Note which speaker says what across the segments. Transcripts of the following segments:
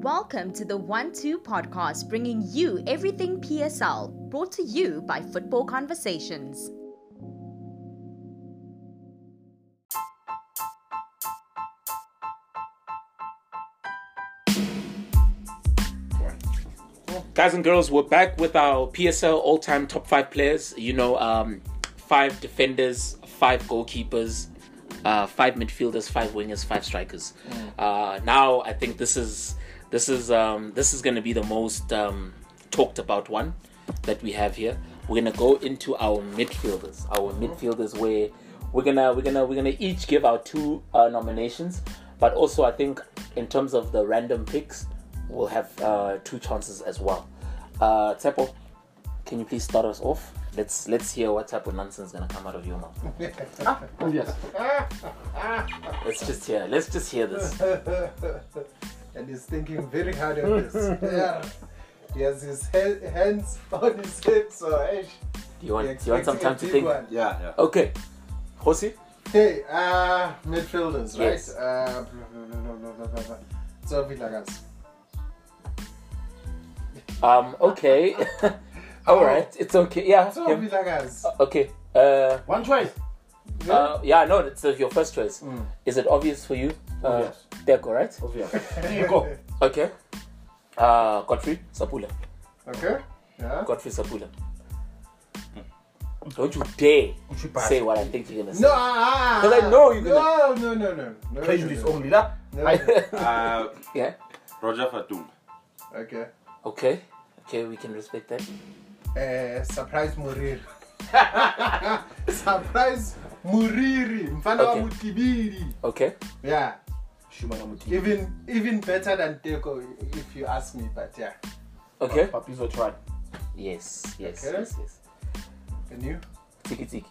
Speaker 1: Welcome to the 1 2 podcast, bringing you everything PSL, brought to you by Football Conversations.
Speaker 2: Guys and girls, we're back with our PSL all time top five players. You know, um, five defenders, five goalkeepers, uh, five midfielders, five wingers, five strikers. Uh, now, I think this is this is um, this is going to be the most um, talked about one that we have here. We're going to go into our midfielders, our midfielders where we're gonna we're gonna we're gonna each give our two uh, nominations, but also I think in terms of the random picks, we'll have uh, two chances as well. Uh, Tsepo, can you please start us off? Let's let's hear what type of nonsense is gonna come out of your mouth.
Speaker 3: Yes.
Speaker 2: Let's just hear. Let's just hear this.
Speaker 3: and he's thinking very hard at this. yeah. He has his he- hands on his head, so eh,
Speaker 2: Do you want
Speaker 3: he
Speaker 2: do you want some
Speaker 3: expecting
Speaker 2: time
Speaker 3: a
Speaker 2: to
Speaker 3: big
Speaker 2: think?
Speaker 3: one.
Speaker 4: Yeah, yeah.
Speaker 2: Okay, Jose.
Speaker 3: Hey, uh, midfielders, right?
Speaker 2: Yes.
Speaker 3: Uh, blah, blah, blah, blah, blah, blah, blah, blah. So, Villegas.
Speaker 2: Um. Okay. All right. It's okay. Yeah.
Speaker 3: So,
Speaker 2: yeah.
Speaker 3: Villegas.
Speaker 2: Okay. Uh.
Speaker 4: One choice.
Speaker 2: Uh, yeah, no, it's uh, your first choice. Is it obvious for you? Uh,
Speaker 4: Obvious.
Speaker 2: Deco, right?
Speaker 4: Obvious. There you go.
Speaker 2: Okay. Uh, Godfrey Sapula.
Speaker 3: Okay? Yeah.
Speaker 2: Godfrey Sapula. Don't you dare
Speaker 4: Uchipasi.
Speaker 2: say what I think you're gonna say.
Speaker 3: No, ah, ah,
Speaker 2: 'Cause I know you're
Speaker 3: no, no, no, no, no.
Speaker 4: Prejudice
Speaker 3: no,
Speaker 4: only, lah.
Speaker 3: no,
Speaker 4: I-
Speaker 3: no.
Speaker 4: Uh,
Speaker 2: Yeah.
Speaker 4: Roger Fatung.
Speaker 3: Okay.
Speaker 2: Okay. Okay, we can respect that.
Speaker 3: Eh, surprise Muriri. surprise Muriri. Mfano wa
Speaker 2: Okay.
Speaker 3: Mutibiri.
Speaker 2: Okay.
Speaker 3: Yeah.
Speaker 4: Shumana Muti.
Speaker 3: Even even better than Deco if you ask me, but yeah.
Speaker 2: Okay.
Speaker 4: Papizo Chwan.
Speaker 2: Yes. Yes.
Speaker 3: Okay.
Speaker 2: Yes. Yes.
Speaker 3: And you?
Speaker 2: Tiki tiki.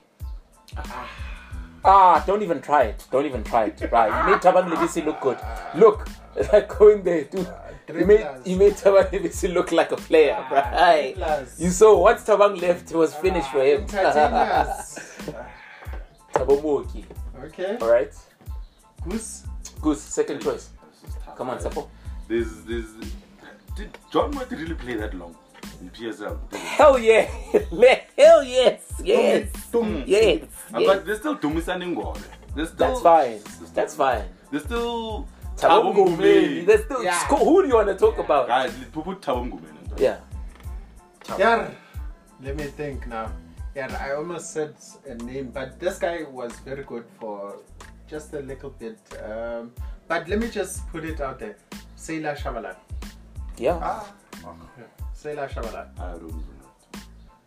Speaker 2: Ah, don't even try it. Don't even try it. Right. You made Taban Libisi look good. Look. Like going there, dude. You made,
Speaker 3: dribblers. Ah,
Speaker 2: you made Taban Libisi look like a player, right?
Speaker 3: dribblers. Ah,
Speaker 2: You saw once Tabang left, it was finished for him.
Speaker 3: Entertainers.
Speaker 2: Thabo Mooki.
Speaker 3: okay.
Speaker 2: Alright.
Speaker 3: Goose.
Speaker 2: Goose, second choice. Come on, Sapo.
Speaker 4: This, this. Did John Motti really play that long in PSL?
Speaker 2: Hell yeah! Hell yes! Yes!
Speaker 4: Dumi.
Speaker 2: Yes!
Speaker 4: Uh,
Speaker 2: yes.
Speaker 4: But they're still Dumisani Ngore. They're still.
Speaker 2: That's fine. That's fine.
Speaker 4: They're still.
Speaker 2: Thabo
Speaker 4: Thabo
Speaker 2: Ngumeni. That's still,
Speaker 3: Yeah.
Speaker 2: Sco- who do you want to talk about?
Speaker 4: Guys, let's put Thabo Ngumeni.
Speaker 2: Yeah.
Speaker 3: Yar. Let me think now. Yeah, I almost said a name, but this guy was very good for just a little bit. Um, but let me just put it out there. Sailor Shamalan.
Speaker 2: Yeah.
Speaker 3: Sailor Shamalan.
Speaker 4: I don't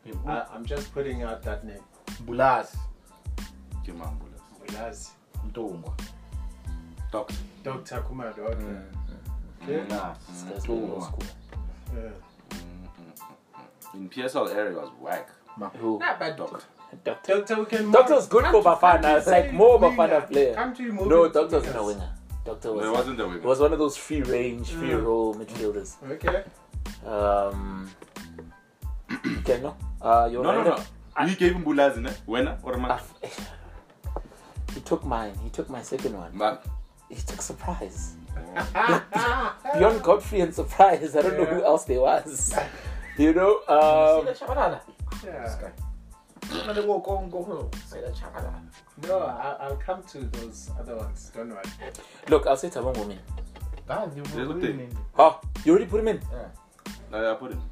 Speaker 4: even know.
Speaker 3: I, I'm just putting out that name.
Speaker 5: Bulazi
Speaker 4: Kimambula.
Speaker 3: Ulazi.
Speaker 5: Mtungwa.
Speaker 4: Doctor.
Speaker 3: Dr. Kumado. Okay. Okay. Uh,
Speaker 5: Bulazi
Speaker 2: That's really old school.
Speaker 3: Yeah.
Speaker 4: In PSL area, it was whack.
Speaker 2: Who?
Speaker 3: Nah, but
Speaker 4: Doctor.
Speaker 2: Doctor.
Speaker 3: Doctor, we can
Speaker 2: Doctor's good for Bafana. It's like more Bafana player.
Speaker 3: Country
Speaker 2: No, Doctor's not a winger. Doctor was,
Speaker 4: There wasn't a
Speaker 2: It
Speaker 4: winger.
Speaker 2: was one of those free range, free roll midfielders.
Speaker 3: Okay.
Speaker 2: Um, okay, no. Uh, you're
Speaker 4: No, no, no. You gave him Bulaz, ne? Wena or Ma?
Speaker 2: Ah. He took mine. He took my second one.
Speaker 4: Ma.
Speaker 2: He took surprise. Beyond Godfrey and surprise, I don't know who
Speaker 3: Yeah.
Speaker 2: else there was. You know, um,
Speaker 3: Yeah.
Speaker 5: chakalala.
Speaker 3: No, I, I'll come to those other ones. Don't worry.
Speaker 2: look, I'll say Tabang Woman.
Speaker 5: Bazi
Speaker 4: Lelo
Speaker 5: vurimi
Speaker 4: thing.
Speaker 5: nini?
Speaker 2: Oh, you already put him in?
Speaker 4: I put him.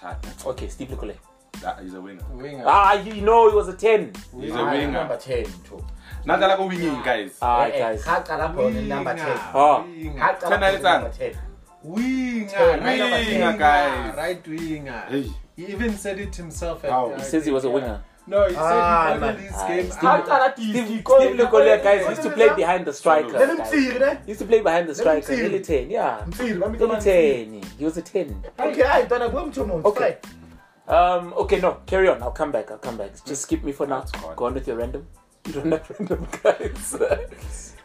Speaker 4: Tata.
Speaker 2: Okay, Steve Nicole.
Speaker 4: That is a winger.
Speaker 3: Winger.
Speaker 2: Ah, you know, it was a 10.
Speaker 4: He's a
Speaker 5: Ah, number
Speaker 4: winger.
Speaker 5: 10 tu.
Speaker 4: Not that I'm winging, guys.
Speaker 2: Ah,
Speaker 5: Eh, eh,
Speaker 2: guys.
Speaker 5: haca lapho yona number 10.
Speaker 2: Ah.
Speaker 3: Winger.
Speaker 5: Haca lapho yona
Speaker 4: Tena
Speaker 5: number 10.
Speaker 3: Winger. Right
Speaker 5: Winger,
Speaker 3: winger,
Speaker 4: guys.
Speaker 3: Right winger.
Speaker 4: Hey.
Speaker 3: He even said it himself. At,
Speaker 4: How?
Speaker 3: uh,
Speaker 2: He says he was a
Speaker 3: yeah.
Speaker 2: winger.
Speaker 3: No, he said
Speaker 5: Ah,
Speaker 3: in all
Speaker 5: man.
Speaker 3: these
Speaker 2: Ah,
Speaker 3: games.
Speaker 2: Steve-
Speaker 3: I'm-
Speaker 5: Haca la
Speaker 2: Steve, Steve
Speaker 5: tizi.
Speaker 2: Nicole, guys, used to play behind the striker.
Speaker 5: Lelo
Speaker 2: guys.
Speaker 5: mtsiri ne?
Speaker 2: He used to play behind the
Speaker 5: Let him
Speaker 2: striker.
Speaker 5: see.
Speaker 2: Nearly 10, yeah.
Speaker 5: Mtsiri, bami
Speaker 2: Nearly 10. He was a 10.
Speaker 5: Okay, hayi mntwana kuwe mthumo.
Speaker 2: Okay. Um, okay, no, carry on. I'll come back. I'll come back. Just skip me for now.
Speaker 4: fine.
Speaker 2: Go on with your random. You don't have random guys.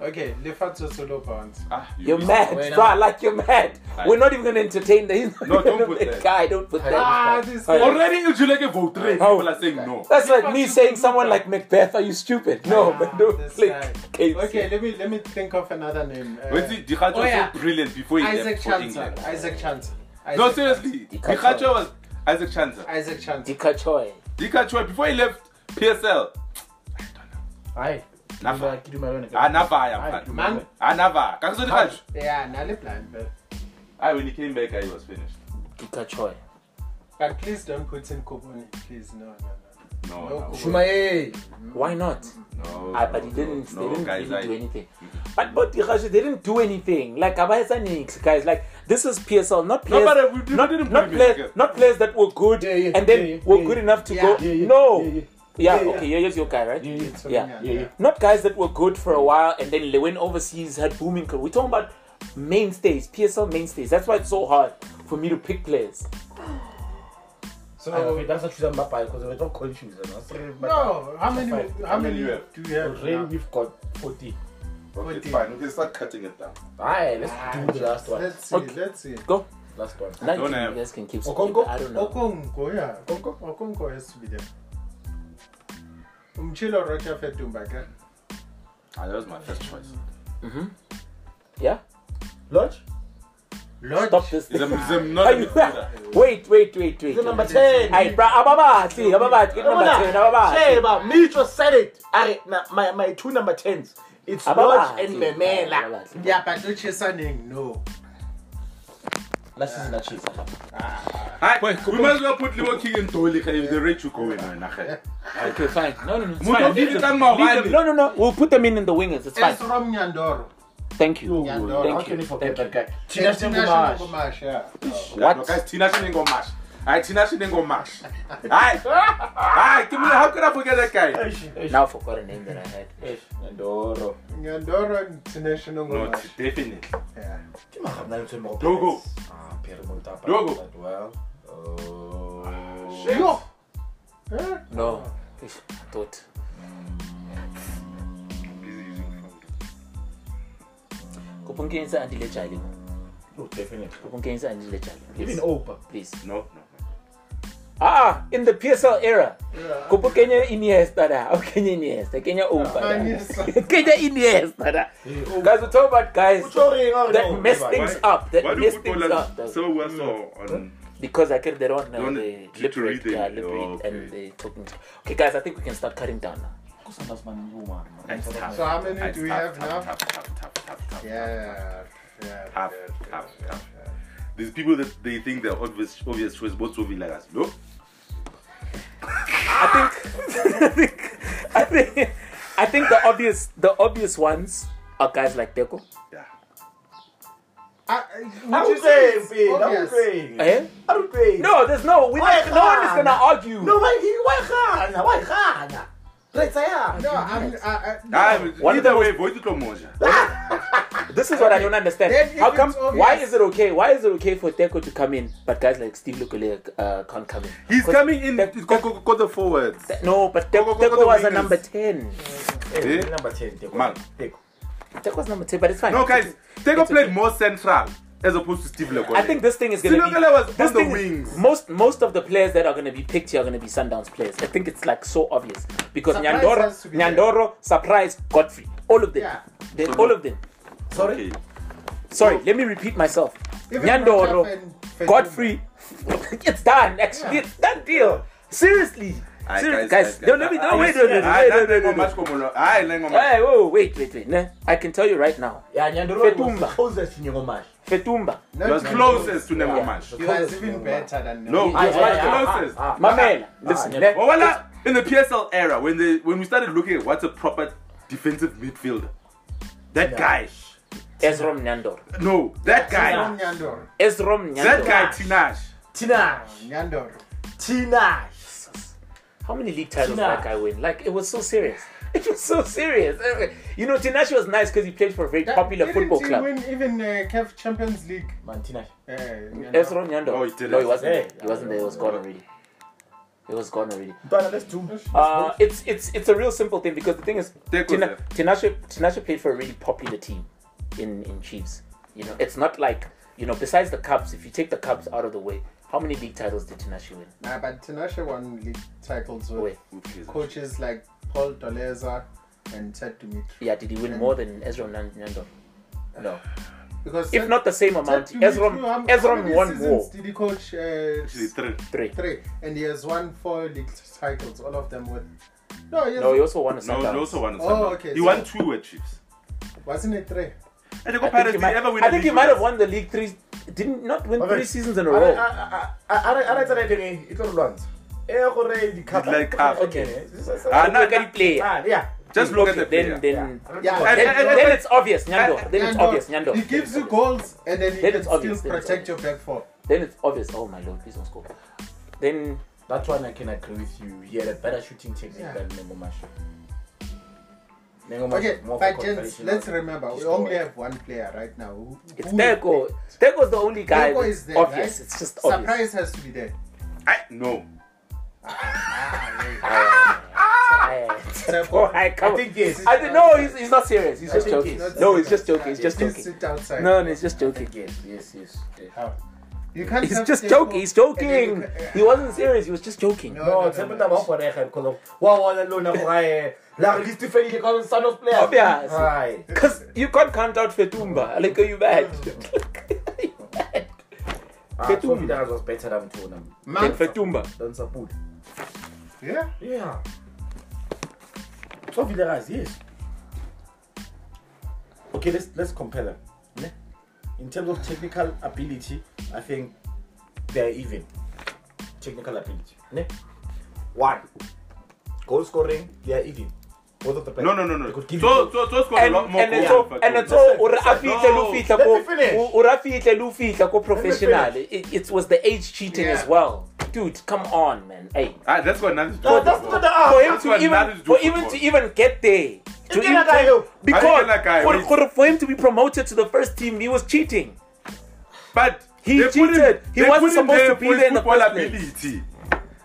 Speaker 3: Okay, Lefatso solo bounce.
Speaker 4: Ah, you
Speaker 2: You're
Speaker 4: missed-
Speaker 2: mad,
Speaker 5: Wait,
Speaker 2: bruh. Like you're mad.
Speaker 4: Aye.
Speaker 2: We're not even gonna entertain that. He's not
Speaker 4: No,
Speaker 2: gonna
Speaker 4: don't put
Speaker 2: be a
Speaker 4: that.
Speaker 2: Guy, don't put that.
Speaker 3: Ah, this
Speaker 2: Aye.
Speaker 3: guy.
Speaker 4: Already in July, vote three.
Speaker 2: How?
Speaker 4: People are saying no.
Speaker 2: That's like
Speaker 3: Lefa
Speaker 2: me
Speaker 3: Tso
Speaker 2: saying
Speaker 3: Solo
Speaker 2: someone
Speaker 3: Bounce.
Speaker 2: like Macbeth. Are you stupid? No,
Speaker 3: Ah,
Speaker 2: but Oh, don't
Speaker 3: this
Speaker 2: click.
Speaker 3: guy.
Speaker 2: Casey.
Speaker 3: Okay, let me let me think of another name. Uh,
Speaker 4: But see, Dikgatso
Speaker 3: oh, yeah.
Speaker 4: was so brilliant before he
Speaker 3: Isaac
Speaker 4: left for
Speaker 3: Chancellor.
Speaker 4: England.
Speaker 3: Isaac Chancellor. Isaac,
Speaker 4: No, seriously.
Speaker 2: Dikgatso.
Speaker 4: Dikgatso was Isaac Chancellor.
Speaker 3: Isaac Chancellor.
Speaker 2: Dikachoy.
Speaker 4: Dikgatso, before he left PSL,
Speaker 5: Hayi.
Speaker 4: Nafa.
Speaker 5: Ke dumelana ka-
Speaker 4: anava
Speaker 5: Hayi,
Speaker 4: ya man.
Speaker 5: dumelana.
Speaker 3: Man.
Speaker 4: Anava. Kakuzoti Dikgatso.
Speaker 3: Yeah, Nali blind, but,
Speaker 4: Ah, when he came back, I was finished.
Speaker 2: Dikachoy.
Speaker 3: but please don't put in Koboni. Please, no, no, no. No,
Speaker 4: No, no,
Speaker 3: cool.
Speaker 5: Shumayeli.
Speaker 2: Why not?
Speaker 4: no.
Speaker 2: Ah, but he
Speaker 4: no,
Speaker 2: didn't.
Speaker 4: no,
Speaker 2: they didn't
Speaker 4: guys,
Speaker 2: really
Speaker 4: I-
Speaker 2: do anything. But but Dikachoy, they didn't do anything. Like Abayasa Nix, guys. Like this is PSL, not
Speaker 4: No,
Speaker 2: players.
Speaker 4: but we didn't-
Speaker 2: not,
Speaker 4: didn't
Speaker 2: not
Speaker 4: put him in
Speaker 2: players-
Speaker 4: again.
Speaker 2: not players that were good
Speaker 5: Yeah, yeah,
Speaker 2: and then
Speaker 5: yeah, yeah,
Speaker 2: were
Speaker 5: yeah,
Speaker 2: good
Speaker 5: yeah.
Speaker 2: enough to
Speaker 3: Yeah,
Speaker 2: go.
Speaker 5: yeah, yeah,
Speaker 2: no.
Speaker 5: yeah, yeah.
Speaker 2: Yeah,
Speaker 5: Yeah, yeah.
Speaker 2: Okay. Yeah. Here's your guy, right?
Speaker 5: Yeah,
Speaker 3: It's
Speaker 2: Yeah.
Speaker 3: Romanian,
Speaker 5: yeah, yeah.
Speaker 2: Not guys that were good for a while and then they went overseas, had booming career. We're talking about mainstays, PSL mainstays. That's why it's so hard for me to pick players.
Speaker 5: So we dance choose Mbappe because we don't call choose.
Speaker 3: No, how many?
Speaker 5: Five.
Speaker 3: How
Speaker 4: How many
Speaker 3: many
Speaker 4: you have?
Speaker 3: do you have?
Speaker 5: Already
Speaker 3: now?
Speaker 5: we've got 40.
Speaker 4: Okay,
Speaker 3: Forty.
Speaker 4: fine. Okay, start cutting it down.
Speaker 5: Aye, let's
Speaker 3: Ah,
Speaker 5: do the last one.
Speaker 3: Let's see.
Speaker 2: Okay.
Speaker 3: Let's see.
Speaker 2: Go.
Speaker 5: Last one.
Speaker 2: Now you,
Speaker 4: don't
Speaker 2: can,
Speaker 4: have-
Speaker 2: you guys can keep.
Speaker 5: Okonko?
Speaker 2: I don't know.
Speaker 3: Okonko, yeah.
Speaker 5: Okonko?
Speaker 3: Okonko has to be there. Umchilo Rocha Fetumba, okay?
Speaker 4: Ah, that was my first choice.
Speaker 2: Yeah.
Speaker 5: Launch?
Speaker 3: Lodge.
Speaker 2: Stop this.
Speaker 4: Is
Speaker 2: Thing.
Speaker 4: it, is it
Speaker 2: Are
Speaker 4: not
Speaker 2: you-
Speaker 4: a
Speaker 2: wait, wait, wait, wait.
Speaker 5: He's number 10.
Speaker 2: Hey, bro, ababati, ababati, get number ten, ababati.
Speaker 5: Hey, but Mitro said it. Aye, na- my, my two number 10s. It's Lodge
Speaker 2: Ababati.
Speaker 5: and Memela.
Speaker 2: Ababati.
Speaker 3: Yeah, but Uchisaning, no.
Speaker 5: Last season, that cheese.
Speaker 4: Hi, we might as well put Liver King in Tolika if the rate you go in. Nahe.
Speaker 2: Okay, fine. No, no, no. It's
Speaker 4: Muto,
Speaker 2: fine.
Speaker 4: leave
Speaker 2: Leave them.
Speaker 4: them now,
Speaker 2: Leave
Speaker 4: Randy.
Speaker 2: them. No, no, no. We'll put them in in the wingers. It's fine.
Speaker 3: It's from Nyandoro.
Speaker 2: Thank you.
Speaker 5: Yeah,
Speaker 3: no,
Speaker 5: how
Speaker 2: thank
Speaker 5: can
Speaker 2: you,
Speaker 5: you forget
Speaker 2: thank
Speaker 5: that guy? Tina
Speaker 3: It's National
Speaker 5: Timbumash.
Speaker 3: Gumash, yeah.
Speaker 2: What?
Speaker 4: No, guys, Tina Shinengo Mash. Hi, Tina Shinengo Mash. Hi. Hi, Kimura, how could I forget that guy?
Speaker 2: Now I forgot a name that I had.
Speaker 5: Ndoro.
Speaker 3: Nyandoro and National
Speaker 4: Not
Speaker 3: Gumash.
Speaker 4: definitely.
Speaker 3: Yeah.
Speaker 5: Ke magabna le ntho e mo go
Speaker 4: Dogo.
Speaker 5: Perez. Ah, Perez Montapa.
Speaker 4: Dogo.
Speaker 5: But well, oh.
Speaker 3: Yo! Huh?
Speaker 2: No. Oh, Ish, I thought. Kupungenisa andilejali.
Speaker 5: Oh, definitely.
Speaker 2: Kupungenisa andilejali.
Speaker 5: Even
Speaker 2: Please.
Speaker 5: Opa.
Speaker 2: Please.
Speaker 4: No, no.
Speaker 2: Ah, in the PSL era.
Speaker 3: Yeah.
Speaker 2: Kupu Kenya Iniesta da. Oh, Kenya Iniesta. Kenya Opa.
Speaker 4: Ah,
Speaker 3: Man,
Speaker 2: da.
Speaker 3: yes, sir.
Speaker 2: Kenya Iniesta da. Guys, we're talking about guys that mess things up.
Speaker 4: Why
Speaker 2: That
Speaker 4: do
Speaker 2: mess things
Speaker 4: footballers
Speaker 2: up. though.
Speaker 4: so well so on?
Speaker 2: Because I care they don't know
Speaker 4: Don't
Speaker 2: the
Speaker 4: need
Speaker 2: lip
Speaker 4: to read
Speaker 2: read,
Speaker 4: them.
Speaker 2: yeah, lip
Speaker 4: Oh,
Speaker 2: read
Speaker 4: okay.
Speaker 2: and the talking. Okay, guys, I think we can start cutting down now.
Speaker 4: It's tough.
Speaker 3: So how many
Speaker 4: It's
Speaker 3: do we
Speaker 4: tough,
Speaker 3: have
Speaker 4: tough,
Speaker 3: now?
Speaker 4: Tough, tough, tough, tough, tough.
Speaker 3: Yeah. Yeah.
Speaker 4: Tough, tough, tough. These people that they think they're obvious, obvious choice, both will be like us. No,
Speaker 2: I think, I think, I think, I think the obvious, the obvious ones are guys like Deco.
Speaker 4: yeah.
Speaker 3: Ah,
Speaker 5: I
Speaker 3: which
Speaker 5: would
Speaker 3: is
Speaker 5: say, babe, I would
Speaker 3: obvious.
Speaker 5: say.
Speaker 2: Eh?
Speaker 5: I would say.
Speaker 2: No, there's no, we
Speaker 5: Why
Speaker 2: no one is gonna
Speaker 5: Ghana?
Speaker 2: argue.
Speaker 5: No, why why Ghana? Why Ghana? Let's say, ah.
Speaker 3: No, I'm. I, I, no.
Speaker 4: Ah,
Speaker 2: One of the
Speaker 4: either way, vote it or moja.
Speaker 2: This is what I don't understand.
Speaker 3: Then if
Speaker 2: How come?
Speaker 3: it's obvious-
Speaker 2: Why is it okay? Why is it okay for Deco to come in, but guys like Steve Lukule uh, can't come in?
Speaker 4: He's
Speaker 2: 'Cause
Speaker 4: coming in.
Speaker 2: Deco-
Speaker 4: It's go, go, go the forwards.
Speaker 2: No, but
Speaker 4: Go, go,
Speaker 2: Deco,
Speaker 4: go, go,
Speaker 2: Deco was a
Speaker 4: wingers.
Speaker 2: number ten.
Speaker 5: Eh,
Speaker 4: Eh?
Speaker 5: number 10, Teko.
Speaker 4: Man.
Speaker 5: Teko.
Speaker 2: Deco was number ten, but it's fine.
Speaker 4: No, guys, Tego played more central as opposed to Steve Lekole.
Speaker 2: I think this thing is gonna be.
Speaker 4: Silogele was
Speaker 2: this
Speaker 4: on the
Speaker 2: thing-
Speaker 4: wings.
Speaker 2: Most most of the players that are gonna be picked here are gonna be Sundowns players. I think it's like so obvious because
Speaker 3: Surprise
Speaker 2: Nyandoro,
Speaker 3: has to be there.
Speaker 2: Nyandoro, Surprise, Godfrey, all of them,
Speaker 3: Yeah.
Speaker 2: They- all of them.
Speaker 5: Sorry?
Speaker 4: Okay.
Speaker 2: Sorry, let me repeat myself.
Speaker 3: Even
Speaker 2: Nyandoro,
Speaker 3: Rocha and Fetuma.
Speaker 2: Godfrey, it's done. Actually,
Speaker 3: Yeah.
Speaker 2: it's done deal. Seriously,
Speaker 4: Aye,
Speaker 2: Seriously, guys, no, let me no,
Speaker 4: Aye,
Speaker 2: wait, no, no, no,
Speaker 4: aye,
Speaker 2: wait,
Speaker 4: that
Speaker 2: no,
Speaker 4: Lengo
Speaker 2: no, no,
Speaker 4: match
Speaker 2: no.
Speaker 4: come on. Aye, Lengo match.
Speaker 2: Aye, whoa, wait, wait, wait. Nah, I can tell you right now,
Speaker 5: Yeah, Nyandoro was
Speaker 2: Fetumba.
Speaker 5: closest in Nyangomash.
Speaker 2: Fetumba.
Speaker 3: Not
Speaker 4: He was
Speaker 3: Nyandoro.
Speaker 4: closest to Lengo match.
Speaker 3: He was even better than
Speaker 4: No, he
Speaker 3: Nyandoro.
Speaker 4: was
Speaker 2: yeah, yeah,
Speaker 4: closest.
Speaker 5: ah, ah.
Speaker 2: Mamela, listen,
Speaker 5: yeah.
Speaker 2: let-
Speaker 4: Well, well, in the PSL era, when they when we started looking at what's a proper defensive midfielder, that guy,
Speaker 2: Ezrom Nyandor.
Speaker 4: no, that guy,
Speaker 3: From Nyandoro.
Speaker 2: Ezrom
Speaker 4: that
Speaker 2: Nyandor.
Speaker 4: guy, Tinash.
Speaker 5: Tinash.
Speaker 3: Nyandoro.
Speaker 5: Tinash.
Speaker 2: How many league titles
Speaker 5: Tinashe.
Speaker 2: did that guy win? Like, it was so serious. It was so serious. Anyway, You know, Tinashe was nice because he played for a very
Speaker 3: That-
Speaker 2: popular
Speaker 3: didn't
Speaker 2: football
Speaker 3: he
Speaker 2: club.
Speaker 3: win even uh, CAF Champions League?
Speaker 5: Man, Tinash.
Speaker 3: Uh, Nyandoro.
Speaker 2: Ezrom Nyandor.
Speaker 4: No, he didn't.
Speaker 2: No, he wasn't
Speaker 5: Hey.
Speaker 2: there. He wasn't there. He was gone already. It was gone already.
Speaker 5: Donna, let's do.
Speaker 2: Uh, it's it's it's a real simple thing because the thing is,
Speaker 4: Take
Speaker 2: Tina,
Speaker 4: Jose.
Speaker 2: Tinashe Tinashe played for a really popular team in in Chiefs. You know, it's not like you know. Besides the Cubs, if you take the Cubs out of the way, how many league titles did Tinashe win?
Speaker 3: Nah, but Tinashe won league titles with
Speaker 2: Wait,
Speaker 4: Jeez.
Speaker 3: coaches like Paul Doleza and Ted Dimitri.
Speaker 2: yeah, did he win more than Ezra Nan- Nando? No,
Speaker 3: Because
Speaker 2: if
Speaker 3: Ted-
Speaker 2: not the same
Speaker 3: Ted
Speaker 2: amount.
Speaker 3: Dimitri,
Speaker 2: Ezra
Speaker 3: how- how
Speaker 2: Ezra
Speaker 3: many
Speaker 2: won
Speaker 3: seasons
Speaker 2: more.
Speaker 3: Did he coach uh,
Speaker 4: Actually, three.
Speaker 2: Three.
Speaker 3: three? And he has won four league titles, all of them with. No, yes.
Speaker 2: No, he also won a
Speaker 4: No,
Speaker 2: Sundowns.
Speaker 4: he also won. a
Speaker 3: Oh,
Speaker 4: Sundown.
Speaker 3: okay,
Speaker 4: He
Speaker 3: so-
Speaker 4: won two with Chiefs.
Speaker 3: Wasn't it three?
Speaker 4: And they
Speaker 2: I
Speaker 4: go
Speaker 2: think,
Speaker 4: Pirates.
Speaker 2: he
Speaker 4: Did he
Speaker 2: might,
Speaker 4: ever win?
Speaker 2: I
Speaker 4: a
Speaker 2: think he
Speaker 4: league
Speaker 2: might
Speaker 4: with
Speaker 2: have
Speaker 4: us?
Speaker 2: won the league three. Didn't not win
Speaker 5: Okay.
Speaker 2: three seasons in a
Speaker 5: I
Speaker 2: row.
Speaker 5: re tsena teng e tlo re lwantsha e gore di-cup-
Speaker 4: Di-like cup.
Speaker 5: Okay. This is-
Speaker 4: Ah, no,
Speaker 2: Look
Speaker 4: no.
Speaker 2: at the player.
Speaker 5: Ah, yeah.
Speaker 4: Just look at the
Speaker 2: Then,
Speaker 4: player.
Speaker 2: then,
Speaker 3: Yeah.
Speaker 5: Yeah.
Speaker 2: then,
Speaker 4: and- and-
Speaker 2: then it's obvious, Nyando. Then it's
Speaker 3: Nyando,
Speaker 2: obvious, Nyando.
Speaker 3: He
Speaker 2: Then
Speaker 3: gives
Speaker 2: it's
Speaker 3: you
Speaker 2: obvious.
Speaker 3: goals and then he
Speaker 2: Then
Speaker 3: can
Speaker 2: it's
Speaker 3: still
Speaker 2: obvious, then it's
Speaker 3: protect your
Speaker 2: obvious.
Speaker 3: back four.
Speaker 2: Then it's obvious. Oh my lord, please don't score. Then
Speaker 5: That one I can agree with you. He had a better shooting technique
Speaker 3: Yeah.
Speaker 5: than Nengomashu. Nengomashu
Speaker 3: Okay,
Speaker 5: is more
Speaker 3: but
Speaker 5: for
Speaker 3: gents,
Speaker 5: competition.
Speaker 3: let's remember we
Speaker 5: He's
Speaker 3: only
Speaker 5: more-
Speaker 3: have one player right now. Who,
Speaker 2: it's
Speaker 3: who-
Speaker 2: Teko. Teko's the only guy.
Speaker 3: Teko
Speaker 2: that's
Speaker 3: is there,
Speaker 2: obvious.
Speaker 3: right?
Speaker 2: It's just obvious.
Speaker 3: Surprise has to be there.
Speaker 4: I- No.
Speaker 2: Ah, Oh, I, come
Speaker 5: I
Speaker 2: on.
Speaker 5: think yes.
Speaker 2: I think no, he's, he's not serious. He's just
Speaker 5: think
Speaker 2: joking.
Speaker 5: he's not
Speaker 2: No,
Speaker 3: serious.
Speaker 2: he's just joking. He's just
Speaker 3: Please
Speaker 2: joking.
Speaker 3: sit outside.
Speaker 2: No, no, he's just
Speaker 5: I
Speaker 2: joking.
Speaker 5: think yes, yes, yes. yes.
Speaker 3: How? You can't.
Speaker 2: He's
Speaker 3: have
Speaker 2: just
Speaker 3: Teko
Speaker 2: joking. He's joking.
Speaker 3: and then you-
Speaker 2: He wasn't serious. He was just joking.
Speaker 3: No.
Speaker 5: No, tshepo taba go gorega because of wa bona le ona gore eh, la re list fedile ka son of player.
Speaker 2: Obvious.
Speaker 5: Right.
Speaker 2: Because you can't count out Fetumba. Like, are you mad? Are you mad?
Speaker 5: Ah,
Speaker 2: Fetumbi.
Speaker 5: Toby Daz was better than Tona.
Speaker 2: Then
Speaker 3: Man,
Speaker 2: Fetumba.
Speaker 5: Don't support.
Speaker 3: yeah.
Speaker 5: Yeah. Toby Daz, yes. Okay, let's let's compare them. ne? In terms of technical ability, I think they're even. Technical ability. ne? One. Goal scoring, they are even. Both of the players.
Speaker 4: No, no, no, no.
Speaker 5: They
Speaker 4: So,
Speaker 5: could give you goals.
Speaker 4: so, so scored a
Speaker 2: And
Speaker 4: lot more
Speaker 2: and it's
Speaker 4: goals
Speaker 2: all
Speaker 4: than
Speaker 2: and it's
Speaker 4: Fatou.
Speaker 2: all or
Speaker 4: No.
Speaker 2: afitle lufita
Speaker 5: Let
Speaker 2: ko
Speaker 5: me finish.
Speaker 2: o- or afitle lufita ko professional.
Speaker 5: finish.
Speaker 2: It, it was the age cheating
Speaker 3: Yeah.
Speaker 2: as well. Dude, come on, man. Hey.
Speaker 4: Ah, that's got nothing to do
Speaker 5: No,
Speaker 4: with
Speaker 5: that's
Speaker 4: football.
Speaker 5: not the art.
Speaker 2: for him
Speaker 4: That's
Speaker 2: to
Speaker 4: what
Speaker 2: even
Speaker 4: Nadu do
Speaker 2: for
Speaker 4: for
Speaker 2: even
Speaker 4: God.
Speaker 2: to even get there. To
Speaker 5: Look at that guy, yo.
Speaker 2: because
Speaker 4: Look at that guy,
Speaker 2: for,
Speaker 4: wait.
Speaker 2: for, for him to be promoted to the first team, he was cheating.
Speaker 4: But
Speaker 2: He
Speaker 4: they put
Speaker 2: cheated.
Speaker 4: Him,
Speaker 2: He
Speaker 4: they
Speaker 2: wasn't
Speaker 4: put him
Speaker 2: supposed
Speaker 4: there
Speaker 2: to be
Speaker 4: for his
Speaker 2: there in the
Speaker 4: football
Speaker 2: first place.
Speaker 4: ability.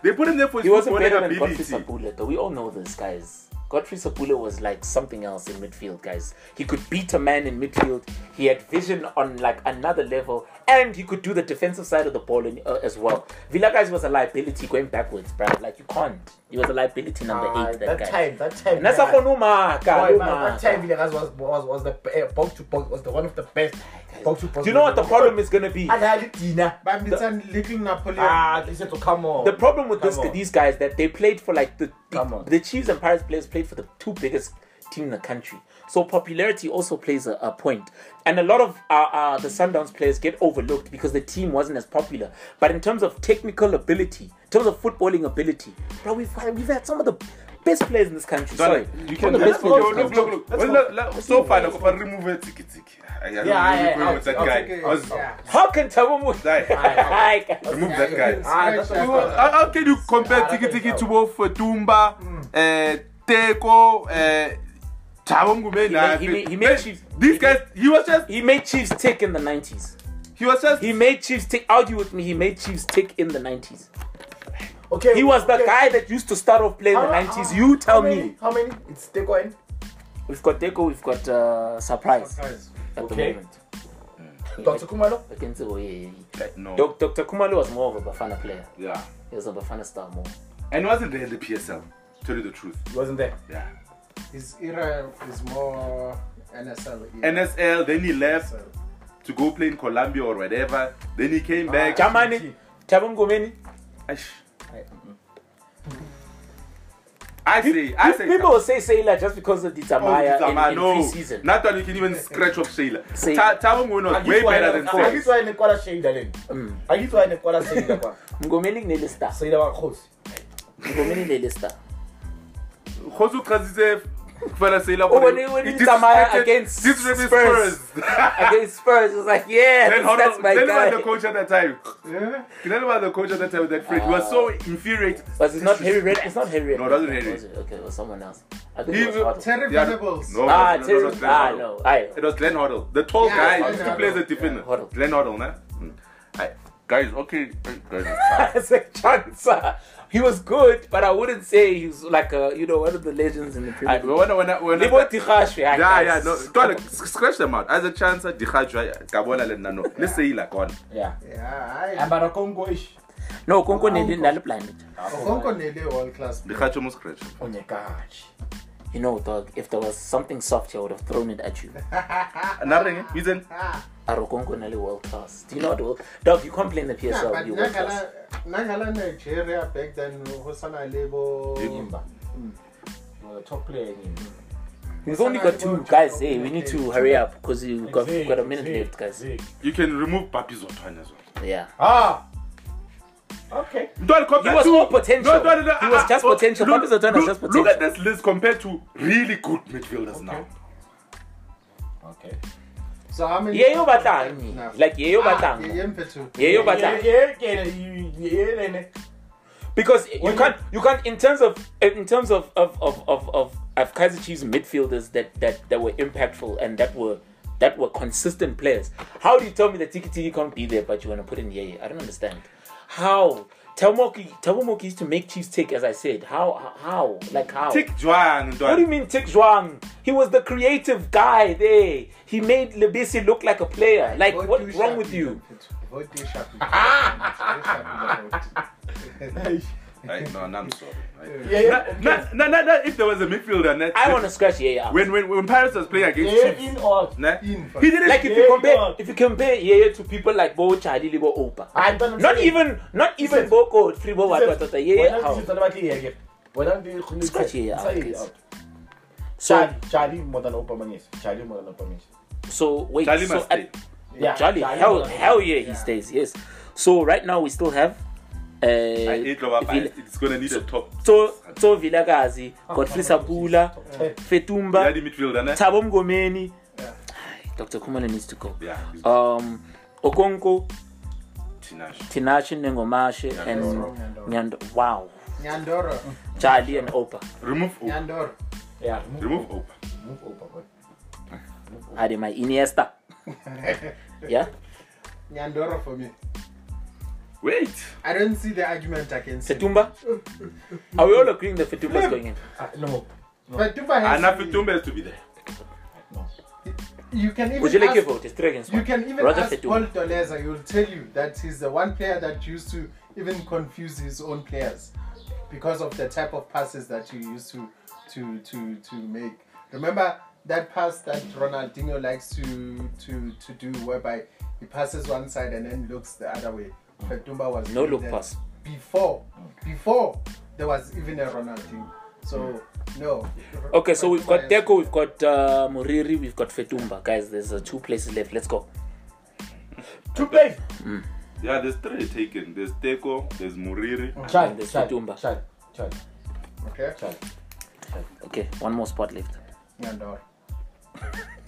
Speaker 4: They put him there for his
Speaker 2: He wasn't
Speaker 4: football
Speaker 2: better than Godfrey
Speaker 4: ability.
Speaker 2: Sapule, though. We all know this, guys. Godfrey Sapule was like something else in midfield, guys. He could beat a man in midfield. He had vision on like another level, and he could do the defensive side of the ball in, uh, as well. Villa guys was a liability going backwards, bro. Like you can't. He was a liability number
Speaker 5: Ah,
Speaker 2: eight. That,
Speaker 5: that
Speaker 2: guy.
Speaker 5: time, that time.
Speaker 2: And that's
Speaker 5: yeah.
Speaker 2: how Numa,
Speaker 5: Boy, man, that time Villegas was was was the uh, box to box was the one of the best box to box.
Speaker 2: Do you know what the problem is gonna be?
Speaker 5: And I had
Speaker 2: ah.
Speaker 5: dinner.
Speaker 3: But it's a little Napoleon.
Speaker 5: Ah, they said to come on.
Speaker 2: The problem with
Speaker 5: Come
Speaker 2: this,
Speaker 5: on.
Speaker 2: these guys that they played for like the
Speaker 5: Come on.
Speaker 2: the, the Chiefs and Pirates players played for the two biggest team in the country. So popularity also plays a, a point. And a lot of uh, uh, the Sundowns players get overlooked because the team wasn't as popular. But in terms of technical ability, in terms of footballing ability, bro, we've had, we've had some of the best players in this country.
Speaker 4: Sorry,
Speaker 2: Sorry, Some
Speaker 4: you can
Speaker 2: of the
Speaker 4: let's
Speaker 2: best
Speaker 4: go.
Speaker 2: players.
Speaker 4: Look,
Speaker 2: in this
Speaker 4: look,
Speaker 2: country.
Speaker 4: look. Well, look, look, So far, I can remove it. Tiki tiki. I don't
Speaker 5: Yeah,
Speaker 4: know
Speaker 5: yeah,
Speaker 4: who's going with
Speaker 5: I'll-
Speaker 4: that
Speaker 5: I'll
Speaker 4: guy.
Speaker 5: take it.
Speaker 4: Let's
Speaker 5: Yeah.
Speaker 2: How can Thabo Mo-
Speaker 5: Aye,
Speaker 4: Remove
Speaker 3: Yeah,
Speaker 4: that
Speaker 3: you can
Speaker 5: Ah,
Speaker 4: guy.
Speaker 3: scratch
Speaker 5: that's Ah,
Speaker 3: that
Speaker 5: what-
Speaker 3: one.
Speaker 4: How how can you compare
Speaker 5: Yeah,
Speaker 4: Tiki
Speaker 5: that's
Speaker 4: Tiki
Speaker 5: how-
Speaker 4: to both Tumba,
Speaker 5: Mm.
Speaker 4: uh, Teko, uh, Thabo Ngubeni?
Speaker 2: made-
Speaker 4: I
Speaker 2: he
Speaker 4: think-
Speaker 2: made- he made Chiefs-
Speaker 4: These guys, he was just,
Speaker 2: He made Chiefs tick in the 90s.
Speaker 4: he was just.
Speaker 2: He made Chiefs tick. Argue with me. He made Chiefs tick in the 90s.
Speaker 5: Okay,
Speaker 2: He was the
Speaker 5: okay.
Speaker 2: guy that used to start off playing in the
Speaker 5: How-
Speaker 2: 90s.
Speaker 5: how-
Speaker 2: You tell
Speaker 5: how many-
Speaker 2: me.
Speaker 5: How many? It's Deco and
Speaker 2: We've got Deco. We've got uh, Surprise
Speaker 3: Surprise.
Speaker 2: at the
Speaker 5: Okay.
Speaker 2: moment.
Speaker 5: Dr. Kumalo.
Speaker 2: I can say, oh, yeah, yeah, yeah.
Speaker 4: Eh, No.
Speaker 2: Doc- Dr. Kumalo was more of a Bafana player.
Speaker 4: Yeah.
Speaker 2: He was a Bafana star more.
Speaker 4: And wasn't there in the PSL. Tell you the truth.
Speaker 5: He wasn't there.
Speaker 4: Yeah.
Speaker 3: His era is more NSL. era.
Speaker 4: NSL, then he left
Speaker 3: So-
Speaker 4: to go play in Colombia or whatever. Then he
Speaker 2: Ah.
Speaker 4: came back.
Speaker 2: Eh, Jamani, Thabo Ngomeni.
Speaker 4: Ash. I say, I say.
Speaker 2: People will say Sailor just because of the Tamaya
Speaker 4: Oh,
Speaker 2: in,
Speaker 4: Zama,
Speaker 2: in
Speaker 4: no.
Speaker 2: pre-season.
Speaker 4: Not that you can even scratch off Sailor.
Speaker 2: Say-
Speaker 4: Ta- Thabo Ngubeni was way better than
Speaker 5: I get
Speaker 4: Sailor.
Speaker 5: why in the quarter shade then.
Speaker 2: Hmm.
Speaker 5: I get why in the quarter shade that one.
Speaker 2: Ngomeni kunele star.
Speaker 5: Say that one close.
Speaker 2: Ngomeni kunele star.
Speaker 4: Khosi uchazise kufana Sailor
Speaker 2: Oh,
Speaker 4: bona-
Speaker 2: when he- when
Speaker 4: he
Speaker 2: he Tamaya
Speaker 4: disrespected-
Speaker 2: against
Speaker 4: disrespected
Speaker 2: Spurs. Against Spurs, it's like, yeah,
Speaker 4: Then
Speaker 2: that's,
Speaker 4: hold
Speaker 2: that's
Speaker 4: on.
Speaker 2: my
Speaker 4: Then about the
Speaker 2: guy.
Speaker 4: coach at that time.
Speaker 3: Yeah.
Speaker 4: Then about the coach at that time with that friend. He was so
Speaker 2: Ah.
Speaker 4: infuriated.
Speaker 2: But it's not Harry Red. It's not Harry Red.
Speaker 4: No, it wasn't Harry.
Speaker 2: Was it? Okay, it was someone else. I think
Speaker 4: He-
Speaker 2: it was Huddle.
Speaker 3: Terry
Speaker 4: Yeah,
Speaker 3: Venables.
Speaker 4: No,
Speaker 2: Ah,
Speaker 4: no, no,
Speaker 2: Terry.
Speaker 4: no, it's Glenn
Speaker 2: Ah,
Speaker 4: Hoddle.
Speaker 2: no. I.
Speaker 4: It was Glenn Hoddle, the tall
Speaker 3: Yeah,
Speaker 4: guy
Speaker 3: Glenn
Speaker 4: who used to play as a
Speaker 3: Hoddle.
Speaker 4: defender.
Speaker 2: Yeah, Hoddle.
Speaker 4: Glenn Hoddle, ne? Mm. I, guys, okay, guys, it's fine.
Speaker 2: As a chancer. He was good, but I wouldn't say he's like a you know one of the legends in the
Speaker 4: I,
Speaker 2: Premier League.
Speaker 4: when, I- when, I- when, I-
Speaker 2: Libo Tikhashwe, I
Speaker 4: yeah, yeah,
Speaker 2: guess.
Speaker 4: no, try to sc- scratch them out. As a chance, Dihajwa, Kabola, let no. Let's say like one.
Speaker 5: Yeah.
Speaker 3: Yeah,
Speaker 5: About a Congo ish.
Speaker 2: No, Konko Nene Nalo Planet.
Speaker 3: I Konko Nele all class. player.
Speaker 4: Dihajwa must scratch.
Speaker 2: Ah,
Speaker 5: Onyekachi.
Speaker 2: Oh You know, dog, if there was something soft here, I would have thrown it at you.
Speaker 4: Nothing, using.
Speaker 2: Aro Konko Nale world class. Do you know what world Dog, you can't play in the
Speaker 3: Yeah,
Speaker 2: PSL,
Speaker 3: but
Speaker 2: you world class.
Speaker 3: Nagala, Nagala Nigeria back then, Hosana Lebo.
Speaker 5: Nyimba. No, the top player Nyimba.
Speaker 2: We've only got two guys, hey, we need to hurry up because we've got, we've got a minute
Speaker 5: Zig,
Speaker 2: left, guys.
Speaker 5: Zig.
Speaker 4: You can remove Papi Zotwan as well.
Speaker 2: Yeah.
Speaker 5: Ah. Okay.
Speaker 4: Don't compare
Speaker 2: He was
Speaker 4: to-
Speaker 2: all potential.
Speaker 4: No, no, no, no.
Speaker 2: He was just
Speaker 4: oh,
Speaker 2: potential.
Speaker 4: Look,
Speaker 2: Papi Zotwana was
Speaker 4: look,
Speaker 2: just
Speaker 4: Look at
Speaker 2: potential.
Speaker 4: this list compared to really good midfielders now.
Speaker 5: Okay.
Speaker 3: So how many?
Speaker 2: Yeyo Batang.
Speaker 3: Nah.
Speaker 2: Like Yeyo
Speaker 3: Ah,
Speaker 2: Batang.
Speaker 3: Yeye Mpetu.
Speaker 2: Yeyo
Speaker 5: Yeah,
Speaker 2: Batang.
Speaker 5: yeah, yeah, you- yeah, yeah, yeah.
Speaker 2: because you
Speaker 5: When you-
Speaker 2: can't you can't in terms of in terms of of of of, of, of Kaiser Chiefs midfielders that that that were impactful and that were that were consistent players. How do you tell me that Tiki Tiki can't be there, but you want to put in Yeye? I don't understand. How? Tell Moki, tell Moki used to make Chiefs tick, as I said. How? How? Like how?
Speaker 4: Take Juan.
Speaker 2: What do you mean, Tick Zhuang? He was the creative guy there. He made Lebisi look like a player. Like,
Speaker 3: Vote
Speaker 2: what's
Speaker 3: to
Speaker 2: wrong with
Speaker 3: Shapi,
Speaker 2: you?
Speaker 3: Mpetu. Vote to Shapi. Shapi, Shapi, vote.
Speaker 4: I, no, no, I'm sorry. I-
Speaker 5: Yeah, yeah, okay.
Speaker 4: Na- na- na- na- if there was a midfielder, na-
Speaker 2: I want to scratch Yeye out.
Speaker 4: when when when Paris was playing against
Speaker 5: Yeah, in
Speaker 4: Chiefs,
Speaker 5: or out.
Speaker 4: na,
Speaker 3: In,
Speaker 4: he didn't.
Speaker 2: like if
Speaker 5: Yeah,
Speaker 2: you compare
Speaker 5: yeah.
Speaker 2: if you compare Yeye to people like Bo Charlie Libo Opa.
Speaker 5: Ah, I don't know.
Speaker 2: Not even not even
Speaker 5: said-
Speaker 2: Boko three Bo Watata Yeye
Speaker 5: Wena
Speaker 2: out.
Speaker 5: ndizitsa le batho Yeye. Wena ndi-
Speaker 2: Scratch Yeye out,
Speaker 5: Yeye
Speaker 2: guys.
Speaker 5: out.
Speaker 2: So
Speaker 5: Charlie- Charlie more than Opamanyisi. Charlie more than Opamanyisi.
Speaker 2: so wait
Speaker 4: Charlie
Speaker 2: so
Speaker 4: must
Speaker 2: at-
Speaker 4: stay.
Speaker 5: Yeah,
Speaker 2: Charlie
Speaker 5: Charlie
Speaker 2: hell
Speaker 5: more than
Speaker 2: hell yeah
Speaker 3: Yeah.
Speaker 2: he stays yes. So right now we still have
Speaker 4: I
Speaker 2: uh,
Speaker 4: hate Loba Paris.
Speaker 2: Vil-
Speaker 4: It's gonna need a top.
Speaker 2: To To Vilagazi, Godfrey Sabula,
Speaker 5: Eh.
Speaker 4: Yeah,
Speaker 2: Fetumba,
Speaker 4: the midfielder, na.
Speaker 2: Thabo Mgomeni. Ay, Dr. Kumalo needs to go.
Speaker 4: Yeah, he's
Speaker 2: Um Okonko,
Speaker 4: Tinash.
Speaker 2: Tinashe Nengomashe and
Speaker 3: Nyandoro.
Speaker 2: Nyand- wow.
Speaker 3: Nyandoro.
Speaker 2: Charlie and Opa.
Speaker 4: Remove Opa.
Speaker 3: Nyandoro.
Speaker 5: Yeah, remove-
Speaker 4: Remove Opa.
Speaker 5: remove Opa, boy.
Speaker 2: Had my Iniesta.
Speaker 3: Eh.
Speaker 2: yeah?
Speaker 3: Nyandoro for me.
Speaker 4: Wait.
Speaker 3: I don't see the argument against him.
Speaker 2: Fetumba? Are we all agreeing that Fetumba is going in?
Speaker 5: Ah, no,
Speaker 3: But Tufa has
Speaker 4: Anna
Speaker 3: to be-
Speaker 4: Fitumba has to be there.
Speaker 5: no.
Speaker 3: You can even
Speaker 2: Would you like your
Speaker 3: ask,
Speaker 2: vote? It's three against
Speaker 3: you
Speaker 2: one.
Speaker 3: can even
Speaker 2: Roger
Speaker 3: ask Paul
Speaker 2: Fetumba.
Speaker 3: Doleza. He will tell you that he's the one player that used to even confuse his own players because of the type of passes that he used to to to to make. Remember that pass that Ronaldinho likes to to to do, whereby he passes one side and then looks the other way. Fetumba was
Speaker 2: No
Speaker 3: doing
Speaker 2: look
Speaker 3: that
Speaker 2: pass.
Speaker 3: before before there was even a Ronaldinho. So no.
Speaker 2: Okay, so we've got
Speaker 3: Fetumba has-
Speaker 2: Deco, we've got uh, Muriri, we've got Fetumba. Guys, there's uh, two places left. Let's go.
Speaker 5: Two plays.
Speaker 4: Yeah, there's three taken. There's Teko. There's Muriri.
Speaker 5: Charlie,
Speaker 2: There's
Speaker 5: Charlie,
Speaker 2: Fitumba.
Speaker 5: Charlie, Charlie,
Speaker 3: Okay.
Speaker 5: Charlie.
Speaker 2: Okay, one more spot left.
Speaker 3: Nyandor.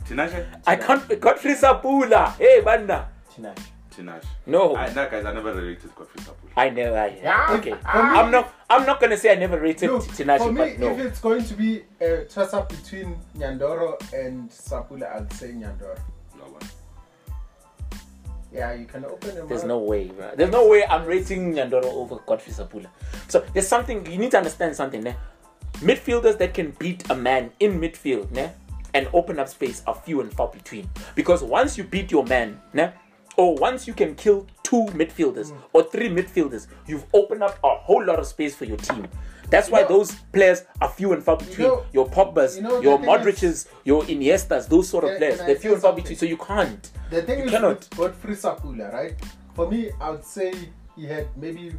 Speaker 4: Tinash.
Speaker 2: I can't. Godfrey Sabula. Hey, Banda.
Speaker 5: Tinash.
Speaker 4: Tinash.
Speaker 2: No.
Speaker 4: I, that guys, I never related Godfrey Sapul.
Speaker 2: I never. I,
Speaker 3: Yeah.
Speaker 2: Okay.
Speaker 3: Ah.
Speaker 2: I'm not. I'm not gonna say I never rated
Speaker 3: Look, for
Speaker 2: Tinashi,
Speaker 3: me,
Speaker 2: but no.
Speaker 3: if it's going to be a toss up between Nyandoro and Sapula, I'd say Nyandoro. Yeah, you can open them.
Speaker 2: There's no way, bro. There's no way I'm rating Nyandoro over Godfrey Sapula. So there's something you need to understand something, ne? Midfielders that can beat a man in midfield, ne? And open up space are few and far between. Because once you beat your man, ne? Or once you can kill two
Speaker 3: Mm.
Speaker 2: midfielders or three midfielders, you've opened up a whole lot of space for your team. That's why
Speaker 3: know-
Speaker 2: those players are few and far between.
Speaker 3: know-
Speaker 2: your Pogba's,
Speaker 3: you know,
Speaker 2: your
Speaker 3: the thing
Speaker 2: Modric's, your Iniesta's, those sort of
Speaker 3: Can-
Speaker 2: players.
Speaker 3: can I
Speaker 2: They're
Speaker 3: say
Speaker 2: few and far
Speaker 3: something?
Speaker 2: between, so you can't.
Speaker 3: The thing
Speaker 2: you
Speaker 3: is,
Speaker 2: cannot.
Speaker 3: with Godfrey Sapula, right? For me, I would say he had maybe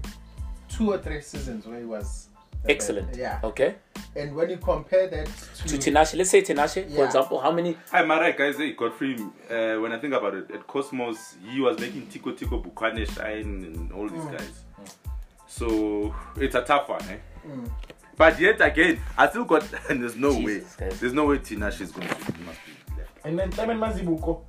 Speaker 3: two or three seasons where he was the
Speaker 2: Excellent.
Speaker 3: best. Yeah.
Speaker 2: Okay.
Speaker 3: And when you compare that
Speaker 2: to
Speaker 3: to,
Speaker 2: Tinashe. Let's say Tinashe, for
Speaker 3: Yeah.
Speaker 2: example, how many?
Speaker 4: Hi, Marai, guys. Hey, Godfrey. Uh, when I think about it, at Cosmos, he was making Tico Tico Bukwane Shine and all
Speaker 2: Mm.
Speaker 4: these guys. So it's a tough one, eh?
Speaker 2: Mm.
Speaker 4: But yet again, I still got. And there's no
Speaker 2: Jesus,
Speaker 4: way.
Speaker 2: guys.
Speaker 4: There's no way Tinash is going to. He must be left.
Speaker 5: And then Clement Mazibuko.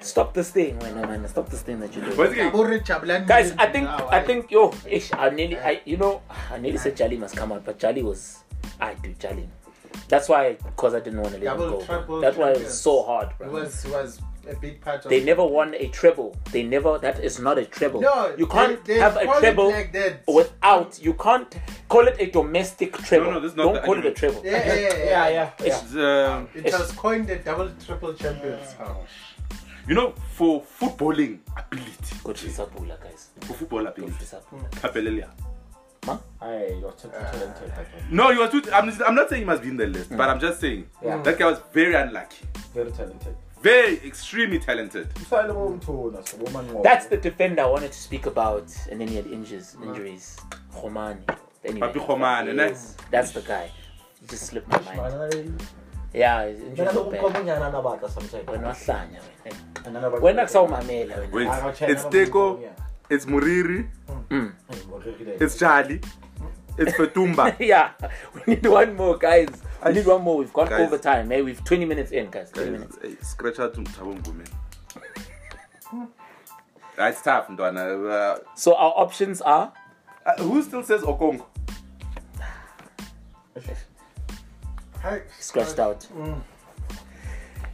Speaker 2: Stop this thing, man, man, man, stop this thing that you do.
Speaker 4: But again,
Speaker 3: Tabore Chablani
Speaker 2: Guys, I think,
Speaker 3: now,
Speaker 2: I think, yo, ish, I nearly, I, you know, I nearly said Charlie must come out, but Charlie was, I do Charlie. That's why, because I didn't want to let him
Speaker 3: Double,
Speaker 2: go.
Speaker 3: triple
Speaker 2: That's why it
Speaker 3: champions.
Speaker 2: was so hard, bro.
Speaker 3: It was was a big part of
Speaker 2: They never won a treble. They never. That is not a treble.
Speaker 3: No,
Speaker 2: you can't
Speaker 3: they- they
Speaker 2: have
Speaker 3: call
Speaker 2: a
Speaker 3: it
Speaker 2: treble
Speaker 3: like that.
Speaker 2: without. You can't call it a domestic treble.
Speaker 4: no, this is not
Speaker 2: Don't
Speaker 4: the
Speaker 2: call it a
Speaker 4: argument.
Speaker 2: treble.
Speaker 3: Yeah, yeah, yeah.
Speaker 5: Yeah, yeah.
Speaker 2: It's-
Speaker 4: It's, um,
Speaker 3: It
Speaker 2: It's-
Speaker 3: was coined the double triple champions. Oh.
Speaker 4: you know, for footballing ability,
Speaker 2: Go to Sapula, guys.
Speaker 4: for football
Speaker 2: Go to
Speaker 4: ability,
Speaker 2: Sapula.
Speaker 4: Papelelia.
Speaker 5: I you're too talented. I think.
Speaker 4: No, you are too. I'm, I'm not saying he must be in the list,
Speaker 2: Mm.
Speaker 4: but I'm just saying
Speaker 5: Yeah.
Speaker 4: that guy was very unlucky,
Speaker 5: Very talented.
Speaker 4: very extremely talented.
Speaker 5: Usalela umthu naso woman ngoba.
Speaker 2: That's the defender I wanted to speak about, and then he had injuries. Injuries. Romani. Anyway,
Speaker 4: Papi Khomane, ne?
Speaker 2: yes, that's the guy. He just slipped my mind.
Speaker 5: Mana le-
Speaker 2: Yeah, his injuries
Speaker 5: Mina
Speaker 2: were bad.
Speaker 5: lokukhomanyana nabaka sometimes.
Speaker 2: Wena wahlanya wena.
Speaker 5: Anana baka-
Speaker 2: Wena kusawumamela wena.
Speaker 4: Wait,
Speaker 5: Ah, okay,
Speaker 4: it's
Speaker 5: another
Speaker 4: Teko,
Speaker 5: one,
Speaker 4: it's Muriri,
Speaker 5: Hey, Moriri.
Speaker 4: it's Charlie, it's Fetumba.
Speaker 2: yeah, we need one more, guys. We need one more. We've gone
Speaker 4: Guys.
Speaker 2: over time, eh? We've 20 minutes in, guys. 20
Speaker 4: Guys,
Speaker 2: minutes.
Speaker 4: hey, Scratch out Thabo Mngome. That's tough, Ndwana.
Speaker 2: So our options are
Speaker 4: Uh, who still says Okongo?
Speaker 3: Hi.
Speaker 2: scratched out.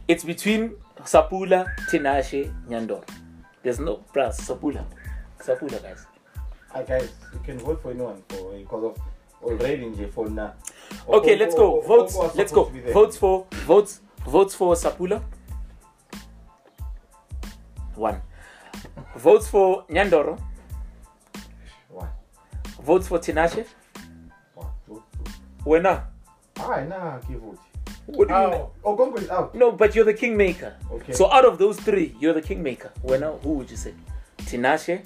Speaker 2: It's between Sapula, Tinashe, Nyandor. There's no plus Sapula. Sapula, guys.
Speaker 5: Hi guys, you can vote for anyone for because of already nje for now.
Speaker 2: Okay, let's go. Votes. Let's go. Votes for votes. Votes for Sapula. One. Votes for Nyandoro.
Speaker 5: One.
Speaker 2: Votes for Tinashe.
Speaker 5: One, two, two.
Speaker 2: Winner.
Speaker 5: Ah, nah, give vote.
Speaker 2: What do you mean?
Speaker 5: Oh, Ogongo is out.
Speaker 2: No, but you're the kingmaker.
Speaker 5: Okay.
Speaker 2: So out of those three, you're the kingmaker. When who would you say? Tinashe,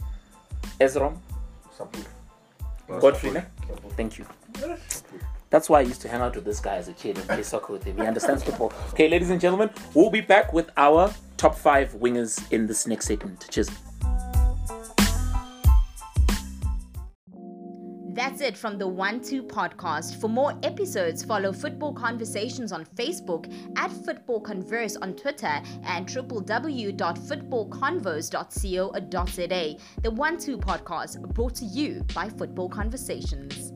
Speaker 2: Ezrom,
Speaker 5: Support.
Speaker 2: Godfrey. ne? Thank you. That's why I used to hang out with this guy as a kid and play soccer with him. He understands football. Okay, ladies and gentlemen, we'll be back with our top five wingers in this next segment. Cheers.
Speaker 1: That's it from the One Two Podcast. For more episodes, follow Football Conversations on Facebook at Football Converse on Twitter and www.footballconvos.co.za. The One Two Podcast, brought to you by Football Conversations.